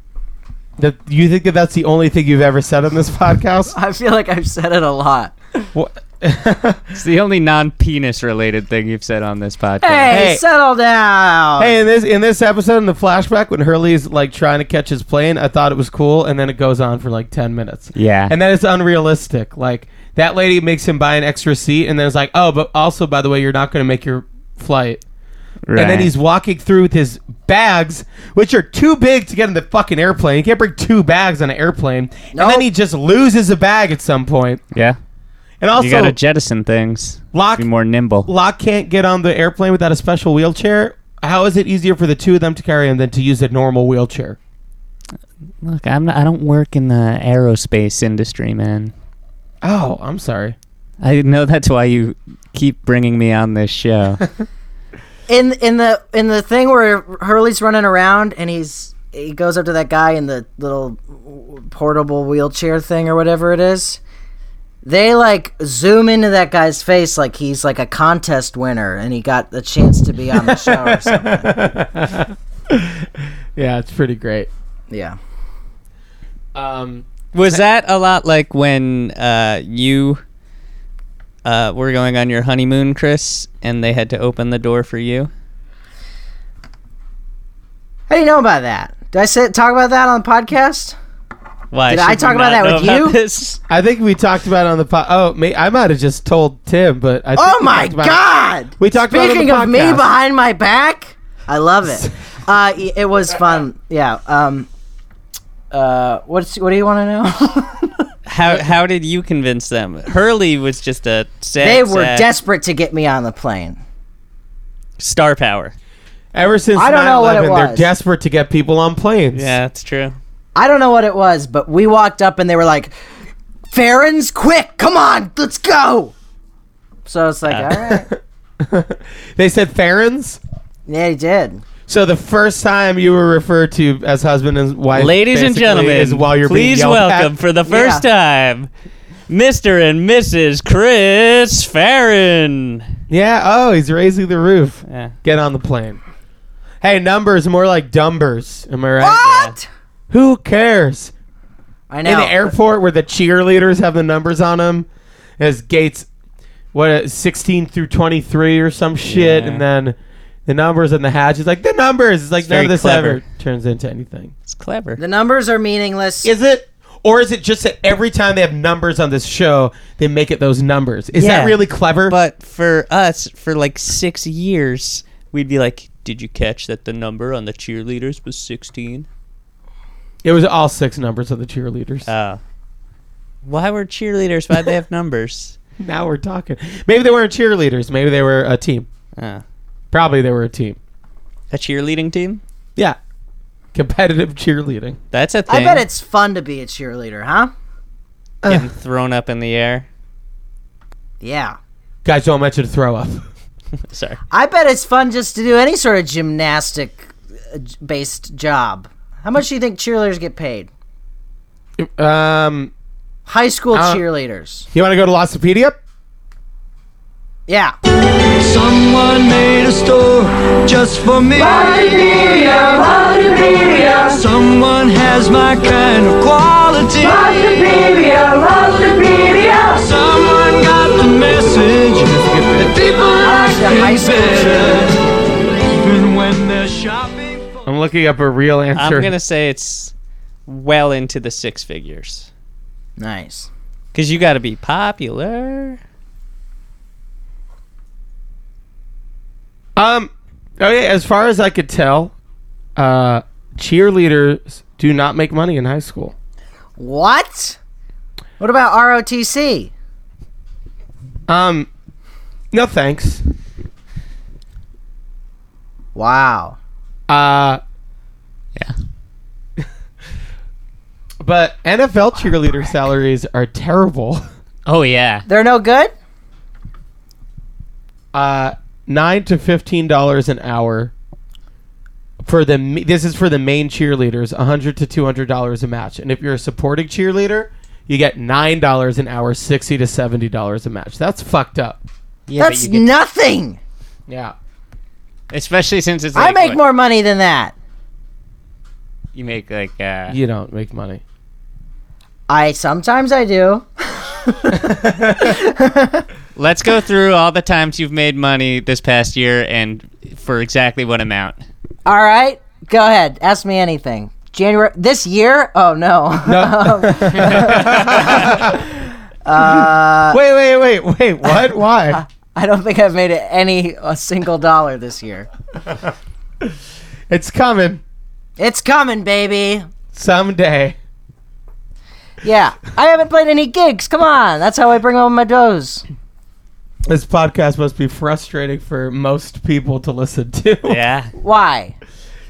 Speaker 3: That you think that that's the only thing you've ever said on this podcast?
Speaker 1: I feel like I've said it a lot.
Speaker 3: What?
Speaker 4: It's the only non-penis related thing you've said on this podcast.
Speaker 1: Hey,
Speaker 3: Hey.
Speaker 1: settle down.
Speaker 3: hey, in this in this episode in the flashback when Hurley's like trying to catch his plane, I thought it was cool, and then it goes on for like ten minutes.
Speaker 4: Yeah.
Speaker 3: and then it's unrealistic. Like that lady makes him buy an extra seat, and then it's like, oh, but also by the way, you're not going to make your flight. And then
Speaker 4: Right.
Speaker 3: he's walking through with his bags, which are too big to get in the fucking airplane. You can't bring two bags on an airplane. And
Speaker 1: Nope.
Speaker 3: then he just loses a bag at some point.
Speaker 4: yeah.
Speaker 3: And
Speaker 4: You
Speaker 3: also,
Speaker 4: gotta jettison things.
Speaker 3: Lock-
Speaker 4: Be more nimble.
Speaker 3: Locke can't get on the airplane without a special wheelchair. How is it easier for the two of them to carry him than to use a normal wheelchair?
Speaker 4: Look, I'm not, I don't work in the aerospace industry, man.
Speaker 3: Oh, I'm sorry.
Speaker 4: I know that's why you keep bringing me on this show.
Speaker 1: in in the in the thing where Hurley's running around and he's he goes up to that guy in the little portable wheelchair thing or whatever it is. They like zoom into that guy's face like he's like a contest winner and he got the chance to be on the show or something.
Speaker 3: Yeah, it's pretty great.
Speaker 1: Yeah.
Speaker 3: Um,
Speaker 4: Was that a lot like when uh, you uh, were going on your honeymoon, Chris, and they had to open the door for you?
Speaker 1: How do you know about that? Did I say talk about that on the podcast?
Speaker 4: Why
Speaker 1: Did
Speaker 4: should
Speaker 1: I
Speaker 4: we
Speaker 1: talk about
Speaker 4: not
Speaker 1: that
Speaker 4: know
Speaker 1: with
Speaker 4: about
Speaker 1: you?
Speaker 4: this?
Speaker 3: I think we talked about it on the pod. Oh, may- I might have just told Tim, but I. think
Speaker 1: Oh
Speaker 3: we
Speaker 1: my
Speaker 3: talked about it-
Speaker 1: god!
Speaker 3: We talked about it on
Speaker 1: Speaking
Speaker 3: the
Speaker 1: of me
Speaker 3: podcast.
Speaker 1: behind my back, I love it. uh, y- it was fun. Yeah. Um. Uh. What's what do you want to know?
Speaker 4: How how did you convince them? Hurley was just a sad,
Speaker 1: they were
Speaker 3: uh,
Speaker 4: sad
Speaker 1: desperate to get me on the plane.
Speaker 4: star power.
Speaker 3: Ever since
Speaker 1: I don't know what it
Speaker 3: 9/11, they're
Speaker 1: was.
Speaker 3: desperate to get people on planes.
Speaker 4: Yeah, that's true.
Speaker 1: I don't know what it was, but we walked up and they were like, "Farron's quick! Come on, let's go!" So it's like,
Speaker 4: Uh.
Speaker 1: all right.
Speaker 3: They said Farron's.
Speaker 1: Yeah, he did.
Speaker 3: So the first time you were referred to as husband and wife,
Speaker 4: Ladies and
Speaker 3: basically,
Speaker 4: gentlemen,
Speaker 3: is while you're being
Speaker 4: please
Speaker 3: yelled at.
Speaker 4: welcome for the first time, Mr. and Mrs. Chris Farron.
Speaker 3: Yeah. Oh, he's raising the roof.
Speaker 4: Yeah.
Speaker 3: Get on the plane. Hey, numbers more like dumbers. Am I right?
Speaker 1: What?
Speaker 3: Who cares?
Speaker 1: I
Speaker 3: In
Speaker 1: know.
Speaker 3: the airport where the cheerleaders have the numbers on them, as gates, what sixteen through twenty three or some shit,
Speaker 4: Yeah.
Speaker 3: and then the numbers and the hatch is like the numbers. It's like none
Speaker 4: very
Speaker 3: of this
Speaker 4: clever.
Speaker 3: ever turns into anything.
Speaker 4: It's clever.
Speaker 1: the numbers are meaningless.
Speaker 3: Is it? Or is it just that every time they have numbers on this show, they make it those numbers? Is
Speaker 4: Yeah.
Speaker 3: that really clever?
Speaker 4: But for us, for like six years, we'd be like, "Did you catch that the number on the cheerleaders was 16?
Speaker 3: it was all six numbers of the cheerleaders.
Speaker 4: Oh, why were cheerleaders? Why would they have numbers?
Speaker 3: now we're talking. Maybe they weren't cheerleaders. Maybe they were a team.
Speaker 4: Oh.
Speaker 3: Probably they were a team.
Speaker 4: A cheerleading team?
Speaker 3: Yeah. Competitive cheerleading.
Speaker 4: That's a
Speaker 1: I
Speaker 4: thing.
Speaker 1: bet it's fun to be a cheerleader, huh?
Speaker 4: getting thrown up in the air.
Speaker 1: Yeah.
Speaker 3: Guys, don't mention throw up.
Speaker 4: Sorry.
Speaker 1: I bet it's fun just to do any sort of gymnastic uh, j- based job. How much do you think cheerleaders get paid?
Speaker 3: Um,
Speaker 1: High school
Speaker 3: Uh,
Speaker 1: cheerleaders.
Speaker 3: you want to go to Lostopedia?
Speaker 1: Yeah.
Speaker 7: Someone made a store just for me. Someone has my kind of quality. Someone got the message that people like
Speaker 1: the high school
Speaker 7: me better, even when they're shopping. for-
Speaker 3: I'm looking up a real answer.
Speaker 4: I'm gonna say it's well into the six figures
Speaker 1: Nice.
Speaker 4: because you got to be popular.
Speaker 3: Um. Okay. As far as I could tell, uh, cheerleaders do not make money in high school.
Speaker 1: What? What about ROTC?
Speaker 3: Um. No thanks.
Speaker 1: Wow.
Speaker 3: Uh.
Speaker 4: Yeah.
Speaker 3: But NFL cheerleader salaries are terrible.
Speaker 4: Oh yeah.
Speaker 1: They're no good?
Speaker 3: Uh, nine to fifteen dollars an hour. For the ma- this is for the main cheerleaders, a hundred to two hundred dollars a match, and if you're a supporting cheerleader, you get nine dollars an hour, sixty to seventy dollars a match. That's fucked up.
Speaker 4: Yeah, but
Speaker 1: That's
Speaker 4: you get-
Speaker 1: nothing.
Speaker 3: Yeah.
Speaker 4: especially since it's.
Speaker 1: I
Speaker 4: Like,
Speaker 1: make
Speaker 4: what,
Speaker 1: more money than that.
Speaker 4: You make like. Uh,
Speaker 3: You don't make money.
Speaker 1: I sometimes I do.
Speaker 4: Let's go through all the times you've made money this past year and for exactly what amount.
Speaker 1: All right. Go ahead. Ask me anything. January this year? Oh no.
Speaker 3: wait, wait, wait, wait. What? Why?
Speaker 1: I don't think I've made it any a single dollar this year.
Speaker 3: It's coming
Speaker 1: It's coming, baby.
Speaker 3: someday.
Speaker 1: Yeah, I haven't played any gigs. Come on, that's how I bring home my doughs.
Speaker 3: This podcast must be frustrating for most people to listen to.
Speaker 4: Yeah.
Speaker 1: Why?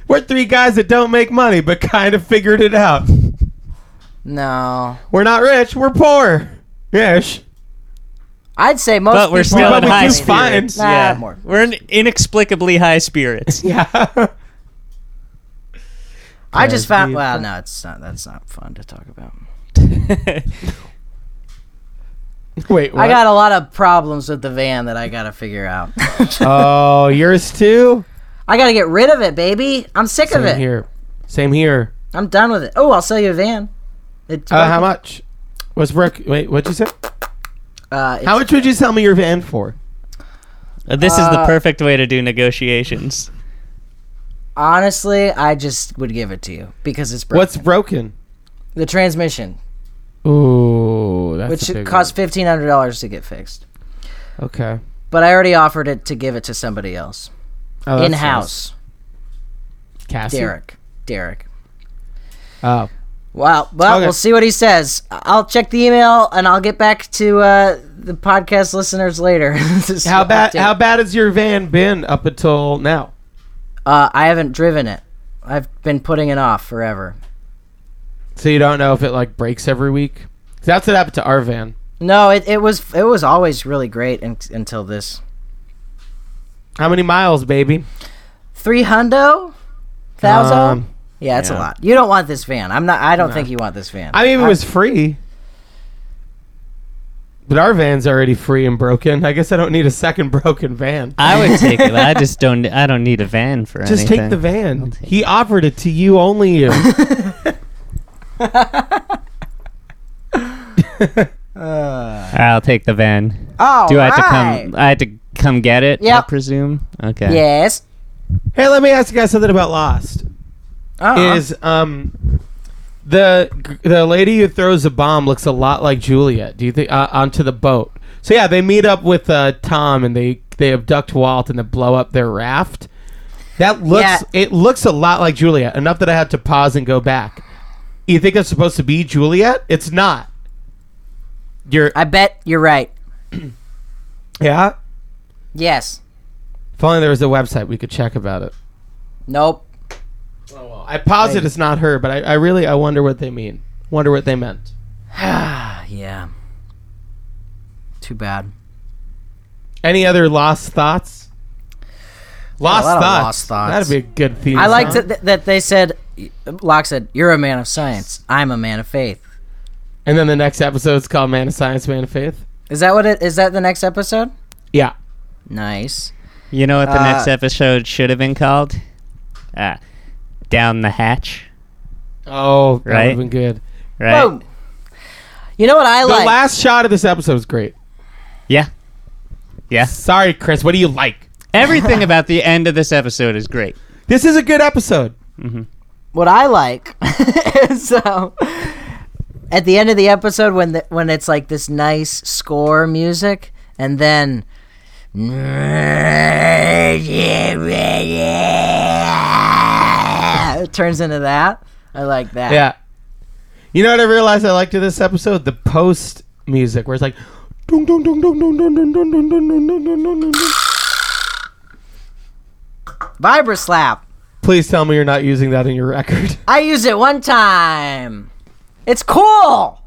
Speaker 3: We're three guys that don't make money, but kind of figured it out.
Speaker 1: No,
Speaker 3: We're not rich. We're poor. Yes.
Speaker 1: I'd say most.
Speaker 4: But we're
Speaker 1: people
Speaker 4: still
Speaker 1: are
Speaker 4: in
Speaker 3: probably do
Speaker 4: high
Speaker 1: money.
Speaker 3: fine.
Speaker 4: spirits.
Speaker 1: Nah,
Speaker 4: yeah.
Speaker 1: more.
Speaker 4: We're in inexplicably high spirits.
Speaker 3: Yeah.
Speaker 1: I just found.
Speaker 3: Yeah.
Speaker 1: Well, no, it's not. That's not fun to talk about.
Speaker 4: Uh,
Speaker 3: Wait. What?
Speaker 1: I got a lot of problems with the van that I gotta figure out.
Speaker 3: Oh, yours too.
Speaker 1: I gotta get rid of it, baby. I'm sick of it.
Speaker 3: Same here. Same here.
Speaker 1: I'm done with it. Oh, I'll sell you a van. It's
Speaker 3: Uh, how much? What's Brooke? Wait, what'd you say?
Speaker 1: uh,
Speaker 3: How much would you sell me your van for?
Speaker 4: this is
Speaker 3: Uh,
Speaker 4: the perfect way to do negotiations.
Speaker 1: honestly, I just would give it to you because it's broken.
Speaker 3: What's broken?
Speaker 1: The transmission,
Speaker 3: Ooh, that's
Speaker 1: which
Speaker 3: a big
Speaker 1: cost fifteen hundred dollars to get fixed,
Speaker 3: one. Okay.
Speaker 1: but I already offered it to give it to somebody else
Speaker 3: Oh, that's
Speaker 1: in house.
Speaker 3: nice. Cassie?
Speaker 1: Derek, Derek.
Speaker 3: Oh,
Speaker 1: Wow. Well,
Speaker 3: Okay.
Speaker 1: we'll see what he says. I'll check the email and I'll get back to uh, the podcast listeners later. This
Speaker 3: how
Speaker 1: is
Speaker 3: bad?
Speaker 1: update.
Speaker 3: How bad has your van been up until now?
Speaker 1: Uh, I haven't driven it. I've been putting it off forever.
Speaker 3: So you don't know if it like breaks every week. 'Cause That's what happened to our van.
Speaker 1: No, it, it was it was always really great un- until this
Speaker 3: How many miles, baby?
Speaker 1: three hundo, thousand.
Speaker 3: Um,
Speaker 1: yeah, it's a
Speaker 3: yeah.
Speaker 1: lot. You don't want this van. I'm not. I don't think you want this van.
Speaker 3: I mean, if it was free. But our van's already free and broken. I guess I don't need a second broken van.
Speaker 4: I would take it. I just don't. I don't need a van for
Speaker 3: Just
Speaker 4: anything.
Speaker 3: take the van. He offered it to you, only you.
Speaker 4: I'll take the van.
Speaker 1: Oh,
Speaker 4: Do I have to come? I have to come get it. I
Speaker 1: Yep.
Speaker 4: presume. Okay.
Speaker 1: Yes.
Speaker 3: hey, let me ask you guys something about Lost.
Speaker 1: Uh-huh.
Speaker 3: Is um the the lady who throws a bomb looks a lot like Juliet? Do you think uh, onto the boat? So yeah, they meet up with uh, Tom and they they abduct Walt and they blow up their raft. That looks
Speaker 1: Yeah.
Speaker 3: it looks a lot like Juliet enough that I had to pause and go back. You think it's supposed to be Juliet? It's not. You're
Speaker 1: I bet you're right.
Speaker 3: yeah.
Speaker 1: Yes.
Speaker 3: If only there was a website we could check about it.
Speaker 1: Nope.
Speaker 3: I posit it's not her, but I, I really I wonder what they mean. Wonder what they meant.
Speaker 1: Yeah. Too bad.
Speaker 3: Any other lost thoughts? Lost
Speaker 1: lot of
Speaker 3: thoughts.
Speaker 1: lost thoughts.
Speaker 3: That'd be a good theme.
Speaker 1: I liked
Speaker 3: song.
Speaker 1: that, that they said, Locke said, "You're a man of science. I'm a man of faith."
Speaker 3: And then the next episode's called "Man of Science, Man of Faith."
Speaker 1: Is that what it? Is that the next episode?
Speaker 3: Yeah.
Speaker 1: Nice.
Speaker 4: You know what the
Speaker 1: Uh,
Speaker 4: next episode should have been called? Ah, down the hatch.
Speaker 3: Oh, that
Speaker 4: Right.
Speaker 3: would've been good.
Speaker 4: Right.
Speaker 1: Boom. You know what I
Speaker 3: The
Speaker 1: like?
Speaker 3: last shot of this episode was great.
Speaker 4: Yeah. Yeah.
Speaker 3: Sorry, Chris. What do you like?
Speaker 4: Everything about the end of this episode is great.
Speaker 3: This is a good episode.
Speaker 1: what I like is um, at the end of the episode when the, when it's like this nice score music and then it turns into that. I like that.
Speaker 3: Yeah. You know what I realized I liked in this episode? The post music, where it's like. "Dun, dun, dun, dun, dun, dun, dun, dun, dun, dun, dun, dun, dun, dun, dun."
Speaker 1: Vibra slap.
Speaker 3: Please tell me you're not using that in your record.
Speaker 1: I used it one time. It's cool.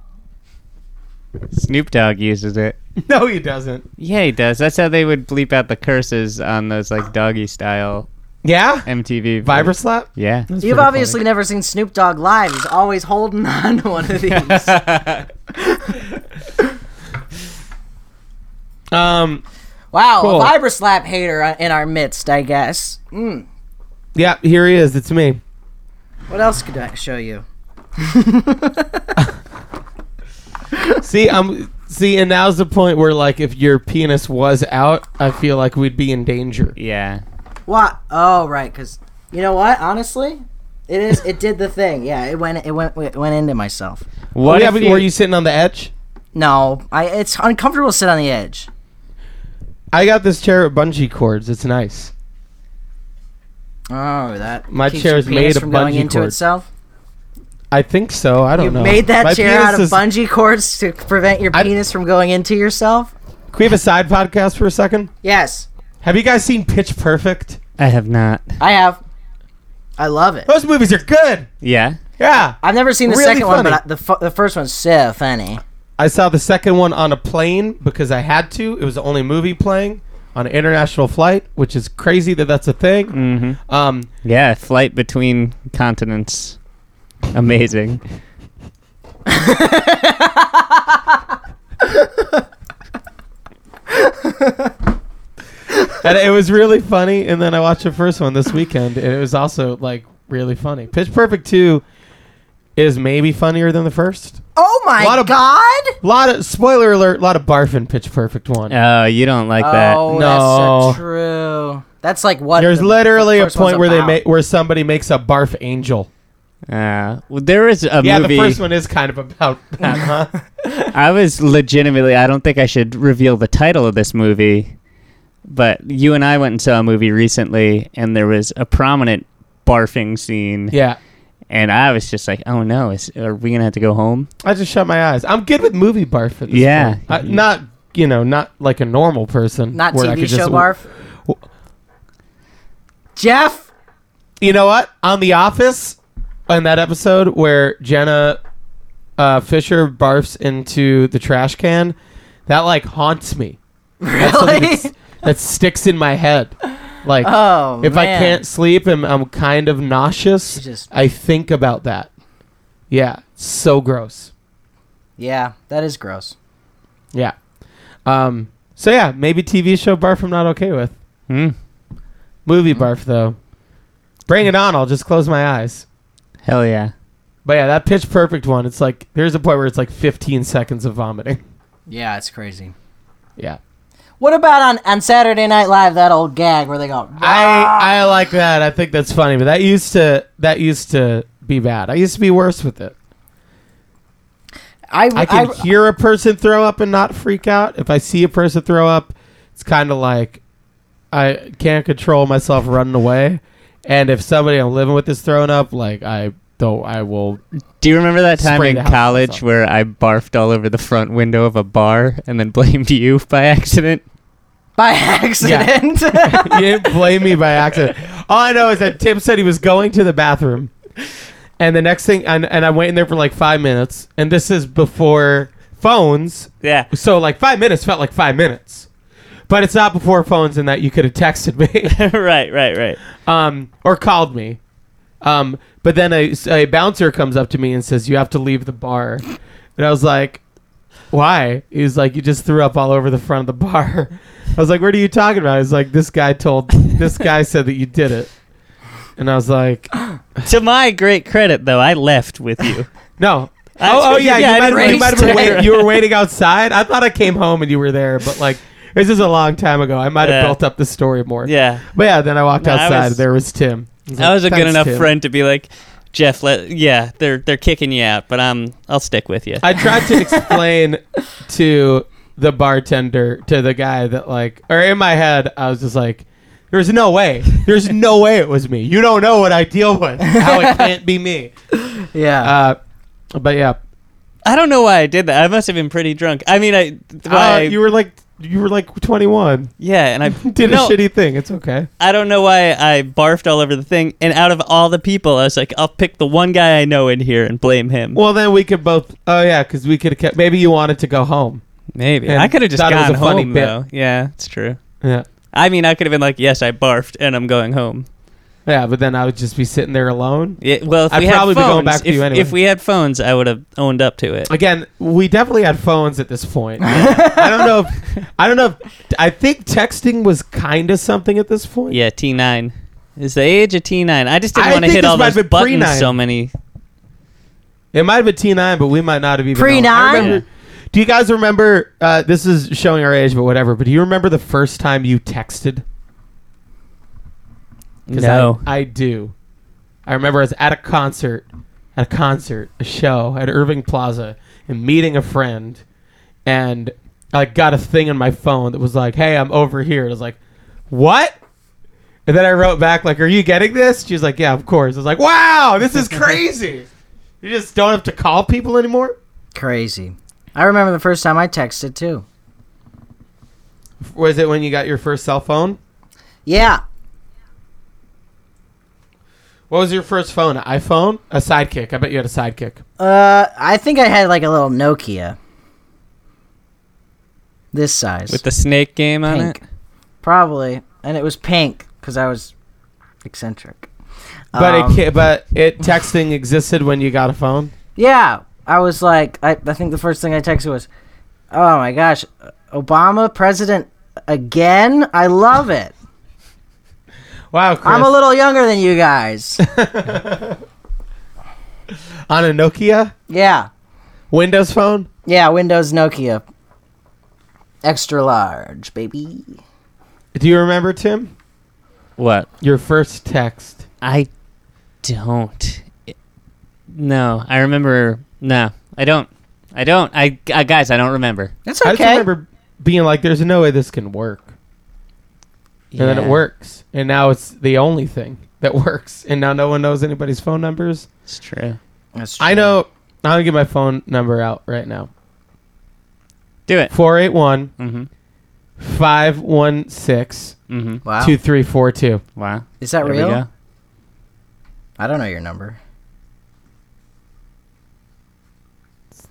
Speaker 4: Snoop Dogg uses it.
Speaker 3: no, he doesn't.
Speaker 4: Yeah, he does. That's how they would bleep out the curses on those like doggy style
Speaker 3: Yeah?
Speaker 4: MTV.
Speaker 3: Vibra slap?
Speaker 4: Yeah.
Speaker 3: That's
Speaker 1: You've
Speaker 3: pretty
Speaker 1: obviously never seen Snoop Dogg live. He's always holding on to one of these.
Speaker 3: funny. Um,
Speaker 1: Wow,
Speaker 3: Cool.
Speaker 1: a vibra slap hater in our midst, I guess. Mm.
Speaker 3: yeah, here he is. It's me.
Speaker 1: What else could I show you?
Speaker 3: See, I'm see, and now's the point where like if your penis was out, I feel like we'd be in danger.
Speaker 4: Yeah.
Speaker 1: What? Oh, right, because you know what? Honestly, it is. It did the thing. Yeah, it went. It went. It went into myself.
Speaker 3: Oh,
Speaker 4: What
Speaker 3: yeah,
Speaker 4: if
Speaker 3: but
Speaker 4: you,
Speaker 3: were you sitting on the edge?
Speaker 1: No, I. It's uncomfortable to sit on the edge.
Speaker 3: I got this chair with bungee cords. It's nice.
Speaker 1: Oh, that.
Speaker 3: My
Speaker 1: keeps
Speaker 3: chair
Speaker 1: your
Speaker 3: is
Speaker 1: penis
Speaker 3: made of
Speaker 1: from going
Speaker 3: bungee
Speaker 1: into
Speaker 3: cords.
Speaker 1: itself.
Speaker 3: I think so. I don't
Speaker 1: You
Speaker 3: know.
Speaker 1: made that
Speaker 3: My
Speaker 1: chair out
Speaker 3: penis
Speaker 1: of
Speaker 3: is-
Speaker 1: bungee cords to prevent your
Speaker 3: I-
Speaker 1: penis from going into yourself.
Speaker 3: Can we have a side podcast for a second?
Speaker 1: Yes,
Speaker 3: Have you guys seen Pitch Perfect?
Speaker 4: I have not.
Speaker 1: I have. I love it.
Speaker 3: Those movies are good.
Speaker 4: Yeah.
Speaker 3: Yeah,
Speaker 1: I've never seen the
Speaker 3: Really
Speaker 1: second one,
Speaker 3: funny.
Speaker 1: but I, the fu- the first one's so funny.
Speaker 3: I saw the second one on a plane because I had to. It was the only movie playing on an international flight, which is crazy that that's a thing. Mm-hmm. Um,
Speaker 4: Yeah. Flight between continents. Amazing.
Speaker 3: and it was really funny. And then I watched the first one this weekend, and it was also like really funny. Pitch Perfect Two is maybe funnier than the first.
Speaker 1: Oh my
Speaker 3: Lot of-
Speaker 1: god!
Speaker 3: lot of spoiler alert, lot of barf in Pitch Perfect One.
Speaker 4: Oh, you don't like that.
Speaker 1: Oh,
Speaker 3: No.
Speaker 1: that's so true. That's like what
Speaker 3: There's
Speaker 1: the
Speaker 3: literally a
Speaker 1: first one's
Speaker 3: point where they
Speaker 1: about.
Speaker 3: make where somebody makes a barf angel.
Speaker 4: Yeah. Uh, Well, there was a
Speaker 3: Yeah,
Speaker 4: movie.
Speaker 3: the first one is kind of about that, huh?
Speaker 4: I was legitimately, I don't think I should reveal the title of this movie, but you and I went and saw a movie recently, and there was a prominent barfing scene.
Speaker 3: yeah.
Speaker 4: And I was just like, oh no, is, are we going to have to go home?
Speaker 3: I just shut my eyes. I'm good with movie barf at this
Speaker 4: Yeah.
Speaker 3: point. I- not, you know, not like a normal person.
Speaker 1: Not
Speaker 3: where I
Speaker 1: TV
Speaker 3: could just-
Speaker 1: show barf.
Speaker 3: w-
Speaker 1: Jeff,
Speaker 3: You know what? On The Office, on that episode where Jenna uh, Fisher barfs into the trash can, that like haunts me.
Speaker 1: really?
Speaker 3: It's- that sticks in my head. Like,
Speaker 1: Oh,
Speaker 3: if I
Speaker 1: man.
Speaker 3: can't sleep and I'm kind of nauseous,
Speaker 1: Jesus.
Speaker 3: I think about that. Yeah, so gross.
Speaker 1: Yeah, that is gross.
Speaker 3: Yeah. Um. So yeah, maybe TV show barf I'm not okay with.
Speaker 4: Hmm.
Speaker 3: Movie
Speaker 1: Hmm.
Speaker 3: barf though. Bring it on! I'll just close my eyes.
Speaker 4: Hell yeah.
Speaker 3: But yeah, that Pitch Perfect one. It's like there's a point where it's like 15 seconds of vomiting.
Speaker 1: Yeah, it's crazy.
Speaker 3: Yeah.
Speaker 1: What about on, on Saturday Night Live that old gag where they go?
Speaker 3: I I like that. I think that's funny. But that used to that used to be bad. I used to be worse with it. I can hear a person throw up and not freak out. If I see a person throw up, it's kind of like I can't control myself running away. And if somebody I'm living with is throwing up, like I don't, I will.
Speaker 4: Do you remember that time
Speaker 3: Spray
Speaker 4: in
Speaker 3: the house
Speaker 4: college
Speaker 3: myself.
Speaker 4: where I barfed all over the front window of a bar and then blamed you by accident?
Speaker 1: by accident.
Speaker 3: You didn't blame me by accident. All I know is that Tim said he was going to the bathroom, and the next thing, and, and I went in there for like five minutes. And this is before phones,
Speaker 4: Yeah.
Speaker 3: so like five minutes felt like five minutes. But it's not before phones, in that you could have texted me.
Speaker 4: right, right, right.
Speaker 3: um, or called me. Um, but then a, a bouncer comes up to me and says, "You have to leave the bar," and I was like, "Why?" He's like, "You just threw up all over the front of the bar." I was like, "What are you talking about?" He's like, "This guy told. This guy said that you did it," and I was like,
Speaker 4: to my great credit, though, I left with you.
Speaker 3: "No."
Speaker 4: That's
Speaker 3: oh, oh
Speaker 4: what you
Speaker 3: yeah,
Speaker 4: did.
Speaker 3: you, might, you might have been
Speaker 4: Raced
Speaker 3: wait-
Speaker 4: it.
Speaker 3: you were waiting outside. I thought I came home and you were there, but like this is a long time ago. I might have
Speaker 4: Yeah.
Speaker 3: built up the story more.
Speaker 4: Yeah.
Speaker 3: But yeah, then I walked
Speaker 4: No, I
Speaker 3: outside.
Speaker 4: was-
Speaker 3: there was Tim. was
Speaker 4: I was a good
Speaker 3: "Thanks,
Speaker 4: enough
Speaker 3: Tim."
Speaker 4: friend to be like, Jeff, let, yeah, they're they're kicking you out, but I'm I'll stick with you.
Speaker 3: I tried to explain to the bartender, to the guy that like, or in my head, I was just like, "There's no way. There's no way it was me. You don't know what I deal with. How it can't be me."
Speaker 1: yeah.
Speaker 3: Uh, but yeah,
Speaker 4: I don't know why I did that. I must have been pretty drunk. I mean, I, why
Speaker 3: uh,
Speaker 4: I-
Speaker 3: you were like, you were like 21.
Speaker 4: yeah, and I
Speaker 3: Did
Speaker 4: no,
Speaker 3: a shitty thing. It's okay.
Speaker 4: I don't know why I barfed all over the thing. And out of all the people, I was like, I'll pick the one guy I know in here and blame him.
Speaker 3: Well, then we could both. Oh yeah, because we could have kept. Maybe you wanted to go home.
Speaker 4: Maybe
Speaker 3: and
Speaker 4: I could have just
Speaker 3: thought it was
Speaker 4: gone
Speaker 3: a funny
Speaker 4: home
Speaker 3: bit.
Speaker 4: though. Yeah, it's true.
Speaker 3: Yeah.
Speaker 4: I mean, I could have been like, yes, I barfed and I'm going home.
Speaker 3: Yeah, but then I would just be sitting there alone.
Speaker 4: Yeah, well, if
Speaker 3: I'd
Speaker 4: we had
Speaker 3: probably be
Speaker 4: phones,
Speaker 3: going back to
Speaker 4: if,
Speaker 3: you anyway.
Speaker 4: if we had phones, I would have owned up to it.
Speaker 3: again, we definitely had phones at this point. I don't know. If, I don't know. If, I think texting was kind of something at this point.
Speaker 4: Yeah, T nine. It's the age of T nine. I just
Speaker 3: I
Speaker 4: didn't want to
Speaker 3: think
Speaker 4: hit
Speaker 3: this
Speaker 4: all
Speaker 3: might
Speaker 4: those
Speaker 3: have been
Speaker 4: buttons.
Speaker 3: pre-nine.
Speaker 4: So many.
Speaker 3: it might have been T nine, but we might not have even
Speaker 1: Pre
Speaker 3: known. I
Speaker 1: nine?
Speaker 3: remember- Do you guys remember? Uh, this is showing our age, but whatever. But do you remember the first time you texted? 'Cause
Speaker 4: No.
Speaker 3: I, I do. I remember I was at a concert, at a concert, a show at Irving Plaza, and meeting a friend, and I got a thing on my phone that was like, "Hey, I'm over here." And I was like, "What?" And then I wrote back like, "Are you getting this?" She was like, "Yeah, of course." I was like, "Wow, this is crazy! you just don't have to call people anymore."
Speaker 1: Crazy. I remember the first time I texted too.
Speaker 3: Was it when you got your first cell phone?
Speaker 1: Yeah.
Speaker 3: What was your first phone? An iPhone? A Sidekick? I bet you had a Sidekick.
Speaker 1: Uh, I think I had like a little Nokia. This size.
Speaker 4: with the snake game on
Speaker 1: pink.
Speaker 4: it.
Speaker 1: Probably. And it was pink because I was eccentric.
Speaker 3: But
Speaker 1: Um,
Speaker 3: it it but it texting existed when you got a phone.
Speaker 1: Yeah. I was like, I, I think the first thing I texted was, oh my gosh, Obama president again? I love it.
Speaker 3: Wow, Chris.
Speaker 1: I'm a little younger than you guys.
Speaker 3: on a Nokia
Speaker 1: yeah.
Speaker 3: Windows phone.
Speaker 1: Yeah, Windows Nokia. Extra large, baby.
Speaker 3: Do you remember Tim?
Speaker 4: What?
Speaker 3: Your first text.
Speaker 4: I don't. No, I remember. No, I don't. I don't. I, I guys, I don't remember.
Speaker 1: That's
Speaker 3: I
Speaker 1: okay.
Speaker 3: just remember being like, "There's no way this can work," and then it
Speaker 4: Yeah,
Speaker 3: works, and now it's the only thing that works, and now no one knows anybody's phone numbers.
Speaker 4: It's true.
Speaker 1: That's
Speaker 3: I
Speaker 1: true.
Speaker 3: know. I'm gonna get my phone number out right now.
Speaker 4: Do it.
Speaker 3: 481
Speaker 4: Mm-hmm.
Speaker 3: 516
Speaker 4: Mm-hmm.
Speaker 1: Wow.
Speaker 3: 2342.
Speaker 4: Wow.
Speaker 1: Is that
Speaker 4: There we
Speaker 1: real?
Speaker 4: go.
Speaker 1: I don't know your number.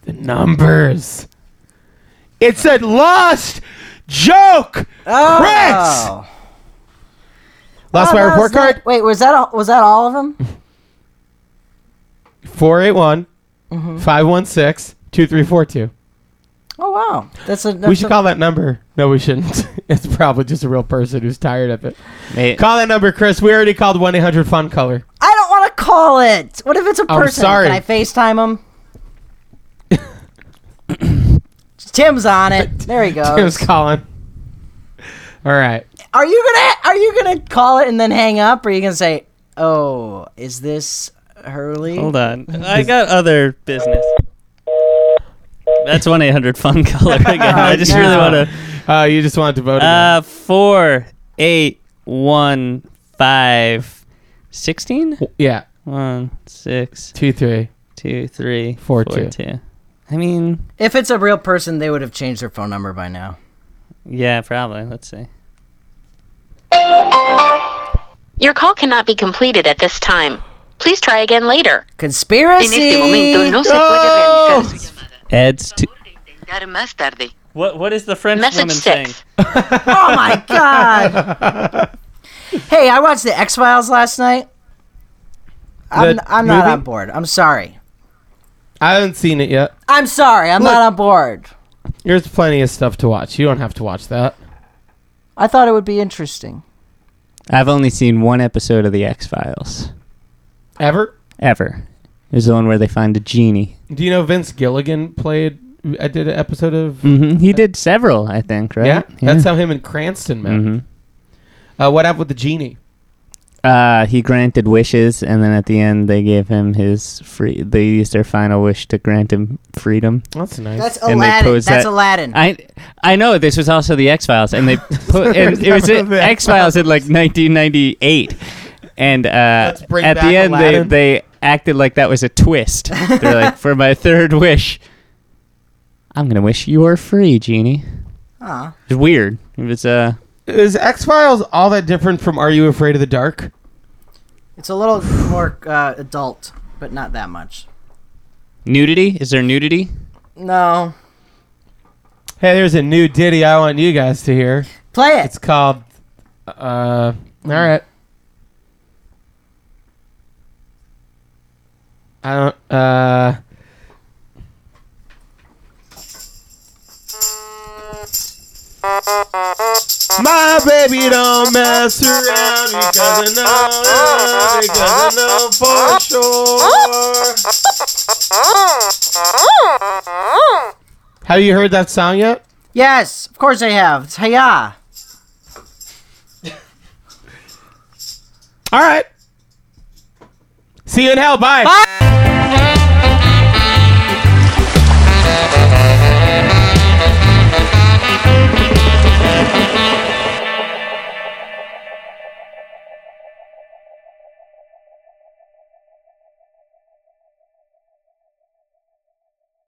Speaker 3: The numbers. It's a lost joke.
Speaker 1: Oh.
Speaker 3: Lost
Speaker 1: Oh,
Speaker 3: my
Speaker 1: that
Speaker 3: report
Speaker 1: was not-
Speaker 3: card.
Speaker 1: Wait, was that all, was that all of them?
Speaker 3: 481 516 2342.
Speaker 1: Oh wow, that's a. That's
Speaker 3: We should
Speaker 1: a-
Speaker 3: call that number. No, we shouldn't. it's probably just a real person who's tired of it.
Speaker 4: May-
Speaker 3: Call that number, Chris. We already called 1 800 Fun Color.
Speaker 1: I don't want to call it. What if it's a
Speaker 3: I'm
Speaker 1: person?
Speaker 3: sorry.
Speaker 1: Can I Facetime him? Tim's on it. There he
Speaker 4: Uh,
Speaker 1: goes.
Speaker 3: Tim's calling. All right.
Speaker 1: Are you gonna Are you gonna call it and then hang up, or are you gonna say, "Oh, is this Hurley?"
Speaker 4: Hold on. I got other business. That's 1 800 Fun Color again. I just really
Speaker 1: No.
Speaker 4: want to.
Speaker 3: Uh, you just wanted to vote. again.
Speaker 4: Uh, four, eight, one, five, sixteen.
Speaker 3: yeah.
Speaker 4: One, six,
Speaker 3: 2 3.
Speaker 4: two, three,
Speaker 3: Four, two.
Speaker 4: I mean,
Speaker 1: If it's a real person, they would have changed their phone number by now.
Speaker 4: yeah, probably. Let's see.
Speaker 8: Your call cannot be completed at this time. Please try again later.
Speaker 1: Conspiracy.
Speaker 8: En este momento no se puede realizar su llamada.
Speaker 4: Ed's two.
Speaker 8: Dar más tarde.
Speaker 4: What What is the French
Speaker 8: Message
Speaker 4: woman saying?
Speaker 8: 6.
Speaker 1: Oh my god. hey, I watched the X Files last night. I'm,
Speaker 3: The
Speaker 1: I'm not
Speaker 3: movie?
Speaker 1: on board. I'm sorry.
Speaker 3: I haven't seen it yet.
Speaker 1: I'm sorry. I'm not
Speaker 3: Look.
Speaker 1: on board.
Speaker 3: There's plenty of stuff to watch. You don't have to watch that.
Speaker 1: I thought it would be interesting.
Speaker 4: I've only seen one episode of the X Files
Speaker 3: Ever?
Speaker 4: ever. It was the one where they find a genie.
Speaker 3: Do you know Vince Gilligan played? I did an episode of.
Speaker 4: Mm-hmm. He did several, I think. Right?
Speaker 3: Yeah, that's how him and Cranston met.
Speaker 4: Mhm.
Speaker 3: Uh, what happened with the genie?
Speaker 4: Uh, he granted wishes, and then at the end, they gave him his free. They used their final wish to grant him freedom.
Speaker 3: That's nice.
Speaker 1: That's
Speaker 4: And they
Speaker 1: Aladdin. That's
Speaker 4: pose that-
Speaker 1: Aladdin.
Speaker 4: I I know this was also the X Files, and they put and it was
Speaker 3: Remember the
Speaker 4: X Files in like 1998, and uh, at
Speaker 3: bring
Speaker 4: the
Speaker 3: back
Speaker 4: end they,
Speaker 3: Aladdin.
Speaker 4: they acted like that was a twist. They're like, for my third wish, I'm gonna wish you were free, genie.
Speaker 1: Aw.
Speaker 4: It's weird. It was uh,
Speaker 3: Is X Files all that different from Are You Afraid of the Dark?
Speaker 1: It's a little more uh, adult, but not that much.
Speaker 4: nudity. Is there nudity?
Speaker 1: No.
Speaker 3: Hey, there's a new ditty I want you guys to hear.
Speaker 1: Play it.
Speaker 3: It's called. Uh, all right. I don't. Uh. My baby don't mess around because I know, because I know for sure. Have you heard that song yet?
Speaker 1: Yes, of course I have. It's Hiya.
Speaker 3: All right. See you in hell. Bye.
Speaker 1: Bye.